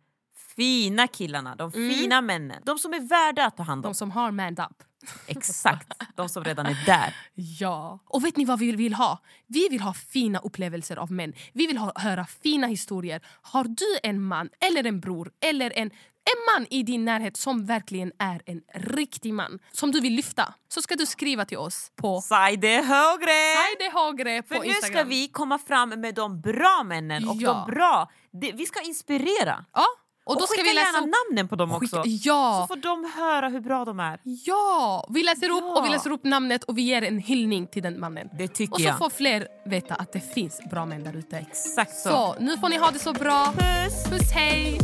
[SPEAKER 3] fina killarna, de fina männen. De Mm. som är värda att ta hand om.
[SPEAKER 2] De som har manned up.
[SPEAKER 3] Exakt, de som redan är där.
[SPEAKER 2] Ja. Och vet ni vad vi vill ha? Vi vill ha fina upplevelser av män. Vi vill ha, höra fina historier. Har du en man eller en bror eller en en man i din närhet som verkligen är en riktig man som du vill lyfta så ska du skriva till oss på
[SPEAKER 3] Sajde högre!
[SPEAKER 2] Heidi Hagre på
[SPEAKER 3] För nu
[SPEAKER 2] Instagram.
[SPEAKER 3] ska vi komma fram med de bra männen och
[SPEAKER 2] Ja.
[SPEAKER 3] de bra. Det- vi ska inspirera.
[SPEAKER 2] Ja, och då ska
[SPEAKER 3] skicka
[SPEAKER 2] vi läsa
[SPEAKER 3] gärna
[SPEAKER 2] upp...
[SPEAKER 3] namnen på dem också.
[SPEAKER 2] Skicka- Ja,
[SPEAKER 3] Så får de höra hur bra de är.
[SPEAKER 2] ja! Vi läser upp och vi
[SPEAKER 3] Ja.
[SPEAKER 2] läser upp namnet och vi ger en hyllning till den mannen.
[SPEAKER 3] Det tycker
[SPEAKER 2] och så
[SPEAKER 3] jag.
[SPEAKER 2] får fler veta att det finns bra män där ute.
[SPEAKER 3] Exakt så.
[SPEAKER 2] Så, nu får ni ha det så bra.
[SPEAKER 3] Puss!
[SPEAKER 2] Puss, hej!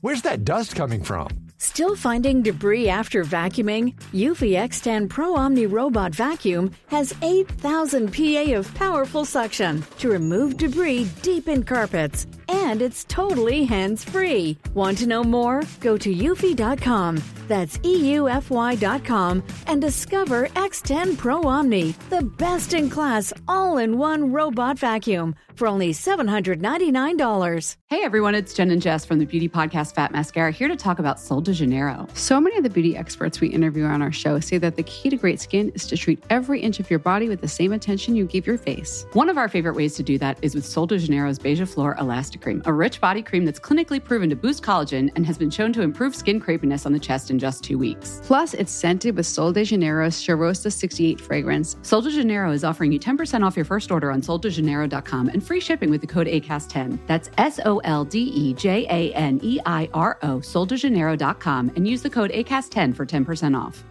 [SPEAKER 6] Where's that dust coming from?
[SPEAKER 5] Still finding debris after vacuuming? Eufy X10 Pro Omni Robot Vacuum has 8,000 PA of powerful suction to remove debris deep in carpets. And it's totally hands free. Want to know more? Go to eufy.com. That's E EUFY.com and discover X10 Pro Omni, the best in class all in one robot vacuum for only $799.
[SPEAKER 7] Hey everyone, it's Jen and Jess from the beauty podcast Fat Mascara here to talk about Sol de Janeiro. So many of the beauty experts we interview on our show say that the key to great skin is to treat every inch of your body with the same attention you give your face. One of our favorite ways to do that is with Sol de Janeiro's Beija Flor Elastic Cream, a rich body cream that's clinically proven to boost collagen and has been shown to improve skin crepiness on the chest in just two weeks. Plus, it's scented with Sol de Janeiro's Charosta 68 fragrance. Sol de Janeiro is offering you 10% off your first order on soldejaneiro.com and free shipping with the code ACAST10. That's S O L D E J A N E I R O, soldejaneiro.com, and use the code ACAST10 for 10% off.